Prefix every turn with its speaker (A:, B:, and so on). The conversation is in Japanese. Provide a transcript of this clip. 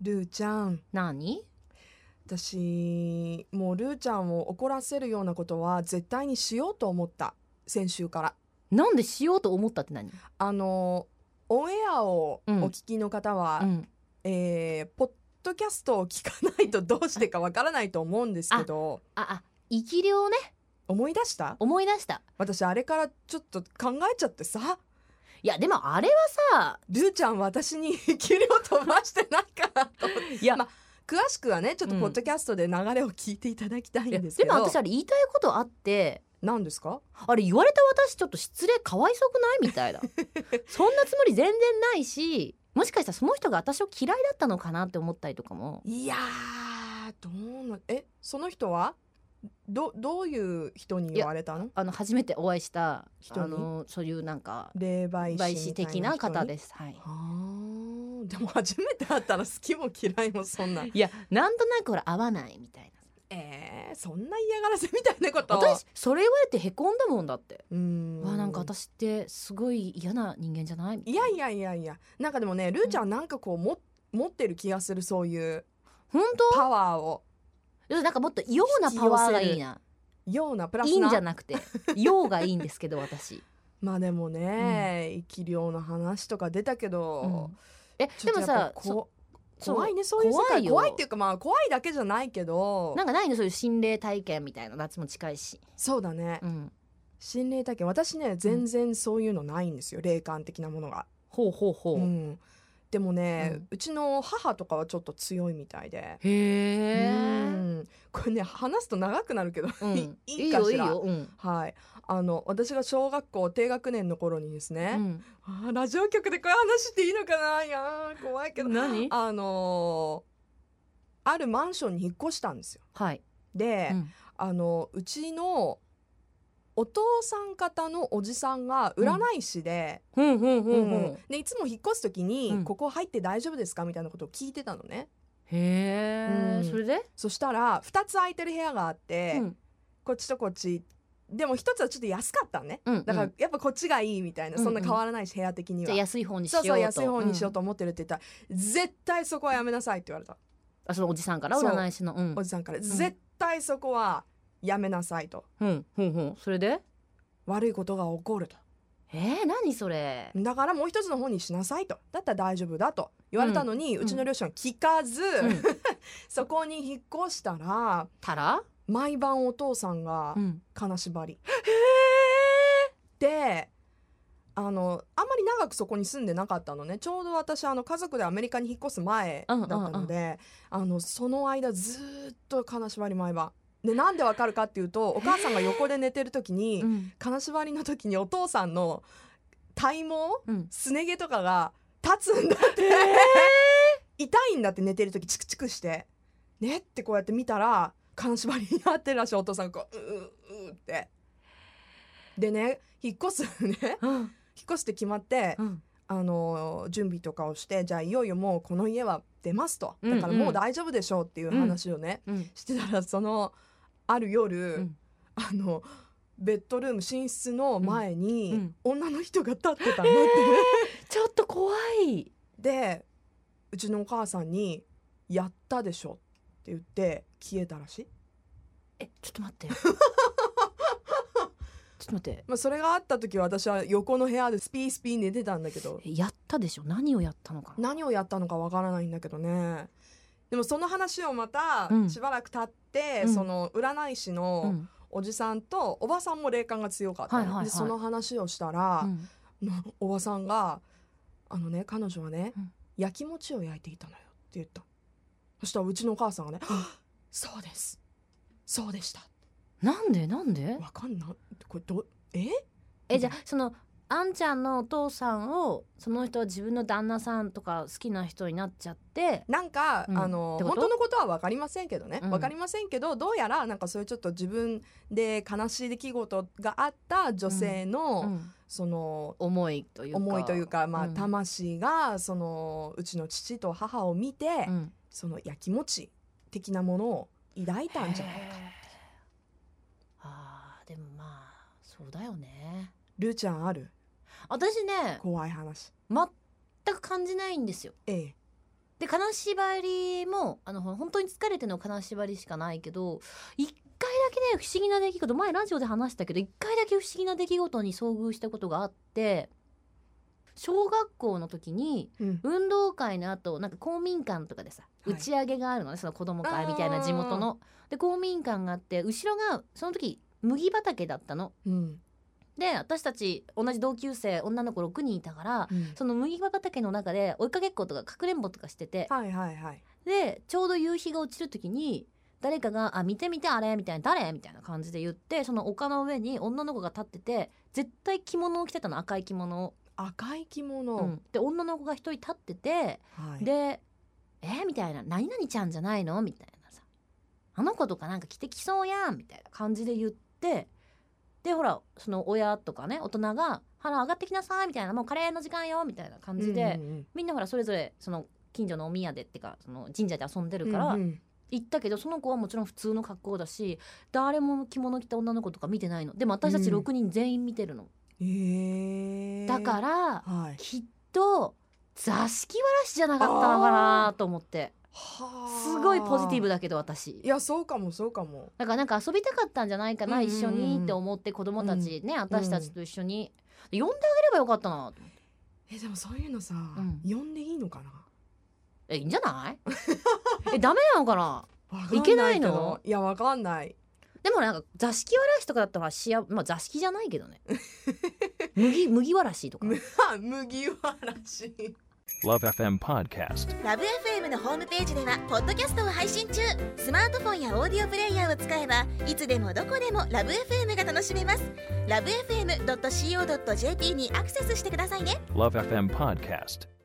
A: ルーちゃん
B: 何
A: 私もうルーちゃんを怒らせるようなことは絶対にしようと思った先週から
B: なんでしようと思ったって何
A: あのオンエアをお
B: うん
A: 聞きの方は、
B: うん、
A: えーポッドキャストを聞かないとどうしてかわからないと思うんですけど
B: ああ生き量ね
A: 思い出した
B: 思い出した
A: 私あれからちょっと考えちゃってさ
B: いやでもあれはさ
A: ルーちゃん私に給料飛ばしてないかなと思って
B: いや,、
A: ま詳しくはねちょっと
B: うん
A: ポッドキャストで流れを聞いていただきたい
B: いや
A: ん
B: で
A: ですけど、
B: も私あれ言いたいことあって
A: 何ですか
B: あれ言われた私ちょっと失礼かわいそくないみた いなそんなつもり全然ないしもしかしたらその人が私を嫌いだったのかなって思ったりとかも
A: いやーどうなえその人はどどういう人に言われたの
B: あの初めてお会いした
A: 人に
B: あのそういうなんか
A: 霊媒
B: 媒
A: 師
B: 師
A: みたい
B: 的な方
A: 人に
B: です はい
A: あーでも初めて会ったら好きも嫌いもそんな
B: いやなんとなくほら合わないみたいな
A: えー、そんな嫌がらせみたいなこと
B: 私それ言われてへこんだもんだって
A: うーん
B: わあなんか私ってすごい嫌な人間じゃないみた
A: い
B: いな
A: やいやいやいやなんかでもねルーちゃんなんかこうも持ってる気がするそういう
B: 本
A: パワーを
B: 当なんかもっと「よう」なパワーがいいな
A: ようなプラ
B: い
A: ス
B: いんじ
A: な
B: ゃなくて「よう」がいいんですけど 私、
A: まあでもね、生き量の話とか出たけ
B: う
A: ど、
B: んえ
A: ちょ
B: で
A: っと
B: も
A: やっぱ
B: さ
A: りこ
B: そそう
A: 怖いねそういう世界
B: 怖
A: 怖い
B: いよ
A: っていうかまあ怖いだけじゃないけど
B: なんかないのそういう心霊体験みたいな夏も近いし、
A: そうだね、
B: うん、
A: 心霊体験私ね全然そういうのないんですよ、霊感的なものが、
B: ほうほうほ
A: う
B: う、
A: ん、でもね、
B: う
A: うんちの母とかはちょっと強いみたいで、
B: へ
A: う
B: え、
A: んこれね話すと長くなるけど、
B: うん、
A: い
B: い
A: い
B: い
A: いか
B: よい
A: し
B: い
A: ら
B: よ、うん
A: はいあの私が小学校低学年の頃にです
B: う
A: ね、
B: ん、
A: あーラジオ局でこういう話していいのかないやー怖いけど
B: 何
A: あのーあるマンションに引っ越したんですよ
B: はい、
A: で、
B: うん
A: あのうちのお父さん方のおじさんが占い師で,、
B: ほうほう
A: う
B: ほ
A: ん
B: うほう
A: でいつも引っ越す時に、
B: うん
A: ここ入って大丈夫ですか?」みたいなことを聞いてたのね
B: へえ、
A: うん
B: それで、
A: そしたら2つ空いてる部屋があって、
B: うん
A: こっちとこっちでも1つはちょっと安かったのね
B: うん、
A: だから
B: うん
A: やっぱこっちがいいみたいな、
B: うん
A: そんな変わらないし部屋的に
B: じ
A: は
B: ゃあ。安い方にし
A: そ
B: よ
A: う
B: うと
A: そう安い方にしようと
B: ん
A: 思ってるって言ったら、絶対そこはやめなさいって言われた
B: あそのおじさんから
A: そう
B: 占い師のうん
A: おじさんから、絶対そこはやめなさいと
B: うんほうほうそれで
A: 悪いことが起こると
B: えー、何それ
A: だからもう一つの方にしなさいとだったら大丈夫だと言われたのに、
B: う
A: うんちの両親は聞かず、
B: ん
A: そこに引っ越したら
B: たら、
A: 毎晩お父さんが
B: ん、
A: 金縛り。であのあんまり長くそこに住んでなかったのねちょうど私あの家族でアメリカに引っ越す前だったので、あのその間ずーっと金縛り毎晩。でなんでわかるかっていうとお母さんが横で寝てる時に
B: ん
A: 金縛りの時にお父さんの体毛
B: うん、
A: すね毛とかが立つんだって、痛いんだって寝てる時チクチクしてねってこうやって見たら金縛りになってるらしいお父さんがこうううううってでね引っ越すね
B: うん
A: 引っ越すって決まって
B: うん
A: あのー準備とかをしてじゃあいよいよもうこの家は出ますと
B: うんうん
A: だからもう大丈夫でしょうっていう話をね、
B: うん
A: してたらそのある夜、
B: うん
A: あのベッドルーム寝室の前に、
B: うん
A: 女の人が立ってたのって、
B: ちょっと怖い
A: でうちのお母さんに「やったでしょ」って言って消えたらしい、
B: えちょっと待ってちょっと待って
A: まあ、それがあった時私は横の部屋でスピースピー寝てたんだけど
B: えやったでしょ何をやったのかな
A: 何をやったのかわからないんだけどねでもその話をまた
B: うん
A: しばらく経って、
B: うん
A: その占い師
B: う
A: の
B: ん
A: おじさんとおばさんも霊感が強かったの、
B: はいはいはい
A: でその話をしたら
B: う、ん
A: のおばさんが「あのね彼女はね、
B: うん
A: 焼き餅を焼いていたのよ」って言ったそしたらうちのお母さんがね「はっ そうですそうでした
B: なんでなん」で
A: わかんないこれどえ
B: えじゃあそのあんちゃんのお父さんをその人は自分の旦那さんとか好きな人になっちゃって
A: なんか、
B: うん
A: あの
B: ってこと
A: 本当のことは分かりませんけどね、
B: うん
A: 分かりませんけどどうやらなんかそういうちょっと自分で悲しい出来事があった女性の、
B: うん
A: その
B: 思いというか
A: 思いというか、まあ、
B: うん
A: 魂がそのうちの父と母を見て、
B: うん
A: そのやきもち的なものを抱いたんじゃないか
B: へーあーでもまあそうだよね
A: ルーちゃんある
B: 私ね
A: 怖い話
B: 全く感じないんですよ
A: ええ
B: で金縛りもあのほん本当に疲れての金縛りしかないけど一回だけね不思議な出来事前ラジオで話したけど一回だけ不思議な出来事に遭遇したことがあって小学校の時に
A: うん
B: 運動会の後なんか公民館とかでさ、
A: はい
B: 打ち上げがあるのねその子供会みたいな地元の。で公民館があって後ろがその時麦畑だったの。
A: うん
B: で私たち同じ同級生女の子6人いたから
A: うん
B: その麦畑の中で追いかけっことかかくれんぼとかしてて
A: はいはいはい
B: でちょうど夕日が落ちる時に誰かが「あ見て見てあれ」みたいな「誰?」みたいな感じで言ってその丘の上に女の子が立ってて絶対着物を着てたの赤い着物を。
A: 赤い着
B: う
A: 物
B: んで女の子が一人立ってて
A: はい
B: で「えみたいな「何々ちゃんじゃないの?」みたいなさ「あの子とかなんか着てきそうやん」みたいな感じで言ってでほらその親とかね大人が「腹上がってきなさい」みたいな「もうカレーの時間よ」みたいな感じで、
A: うんうんうん
B: みんなほらそれぞれその近所のお宮でってかその神社で遊んでるから
A: うんうん
B: 行ったけど、その子はもちろん普通の格好だし誰も着物着た女の子とか見てないのでも私たち
A: うん
B: 6人全員見てるの、
A: へえ
B: だから
A: はい
B: きっと座敷わらしじゃなかったのかなと思って。
A: はあ
B: すごいポジティブだけど私
A: いやそうかもそうかも
B: だからなんか遊びたかったんじゃないかな、
A: うんうんうん
B: 一緒にって思って子供たちね、私たちと一緒に呼んであげればよかったな
A: えでもそういうのさ、
B: ん
A: 呼んでいいのかな
B: えいいんじゃ ないえダメなのかな
A: わかん
B: いけないの
A: けどいやわかんない
B: でもなんか座敷わらしとかだったらしあ、まあ、座敷じゃないけどね 麦麦わらしとか
A: む あ麦わらし
C: Love FM Podcast.
D: ラブ f m のホームページではポッドキャストを配信中スマートフォンやオーディオプレイヤーを使えばいつでもどこでもラブ f m が楽しめますラブ FM.co.jp にアクセスしてくださいね
C: Love FM Podcast.